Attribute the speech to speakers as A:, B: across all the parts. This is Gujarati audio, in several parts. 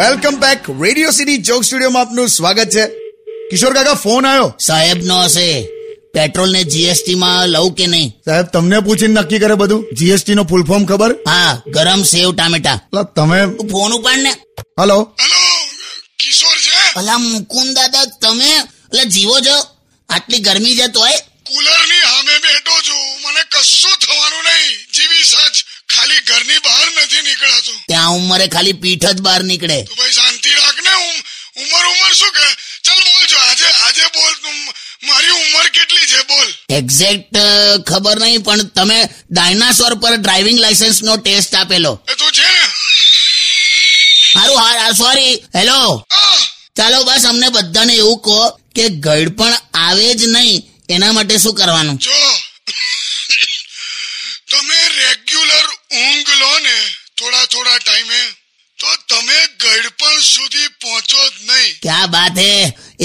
A: Welcome back radio city joke સ્ટુડિયોમાં આપનું સ્વાગત છે કિશોર કાકા ફોન આવ્યો
B: સાહેબ નો હશે પેટ્રોલ ને જીએસટી માં લઉં કે નહીં
A: સાહેબ તમને પૂછીને નક્કી કરે બધું જીએસટી નો ફૂલ ફોર્મ ખબર
B: હા ગરમ સેવ ટામેટા
A: અલા, તમે
B: તું ફોન ઉપાડ ને
A: હલો
C: કિશોર છે
B: અલા મુકુંદ દાદા તમે એટલે જીવો છો આટલી ગરમી છે તોય
C: કુલરની સામે બેઠો છું મને કશું થવાનું નહીં જીવી સાચ ખાલી ઘરની બહાર નથી નીકળાતું
B: ત્યાં ઉંમરે ખાલી પીઠ જ બહાર નીકળે
C: તો ભાઈ શાંતિ રાખ ને ઉમ- ઉંમર ઉંમર શું કે ચાલ બોલ જો આજે આજે બોલ તું મારી ઉંમર કેટલી છે બોલ
B: એક્ઝેક્ટ ખબર નહીં પણ તમે ડાયનાસોર પર ડ્રાઇવિંગ લાયસન્સ નો ટેસ્ટ આપેલો
C: એ તું છે ને
B: સારું હા સોરી હેલો
C: આ,
B: ચાલો બસ અમને બધાને એવું કહો કે ગળપણ આવે જ નહીં એના માટે શું કરવાનું
C: જો તમે રેગ્યુલર ઊંઘ લો ને થોડા થોડા ટાઈમે તો તમે ગળપણ સુધી પહોંચો જ નહીં
B: ક્યાં બાત હે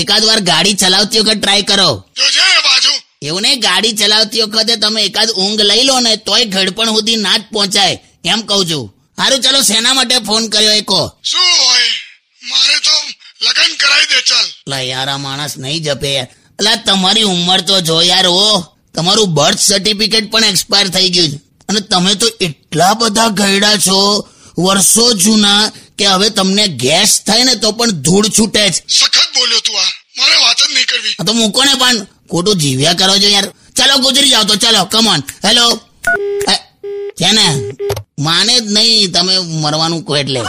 B: એકાદ વાર ગાડી ચલાવતી વખત ટ્રાય કરો
C: જો છે ને બાજુ
B: એવું નહીં ગાડી ચલાવતી વખતે તમે એકાદ ઊંઘ લઈ લો ને તોય ગળપણ સુધી ના જ પહોંચાય એમ કહું છું સારું ચાલો શેના માટે ફોન કર્યો એ કહો
C: શું હોય મારે તો લગ્ન કરાવી દે ચાલ
B: લા યાર આ માણસ નહીં જપે યાર અલા તમારી ઉંમર તો જો યાર ઓ તમારું બર્થ સર્ટિફિકેટ પણ એક્સપાયર થઈ ગયું છે અને તમે તો એટલા બધા ગયડા છો વર્ષો જૂના કે હવે તમને ગેસ થાય ને તો પણ ધૂળ છૂટે જ
C: સખત બોલ્યો તું આ મારે વાત જ નહીં કરવી
B: આ તો મૂકો ને પણ ખોટું જીવ્યા કરો છો યાર ચાલો ગુજરી જાઓ તો ચાલો કમોન હેલો છે ને માને જ નહીં તમે મરવાનું કહો એટલે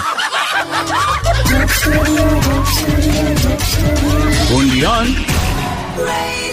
D: Undian.
E: Radio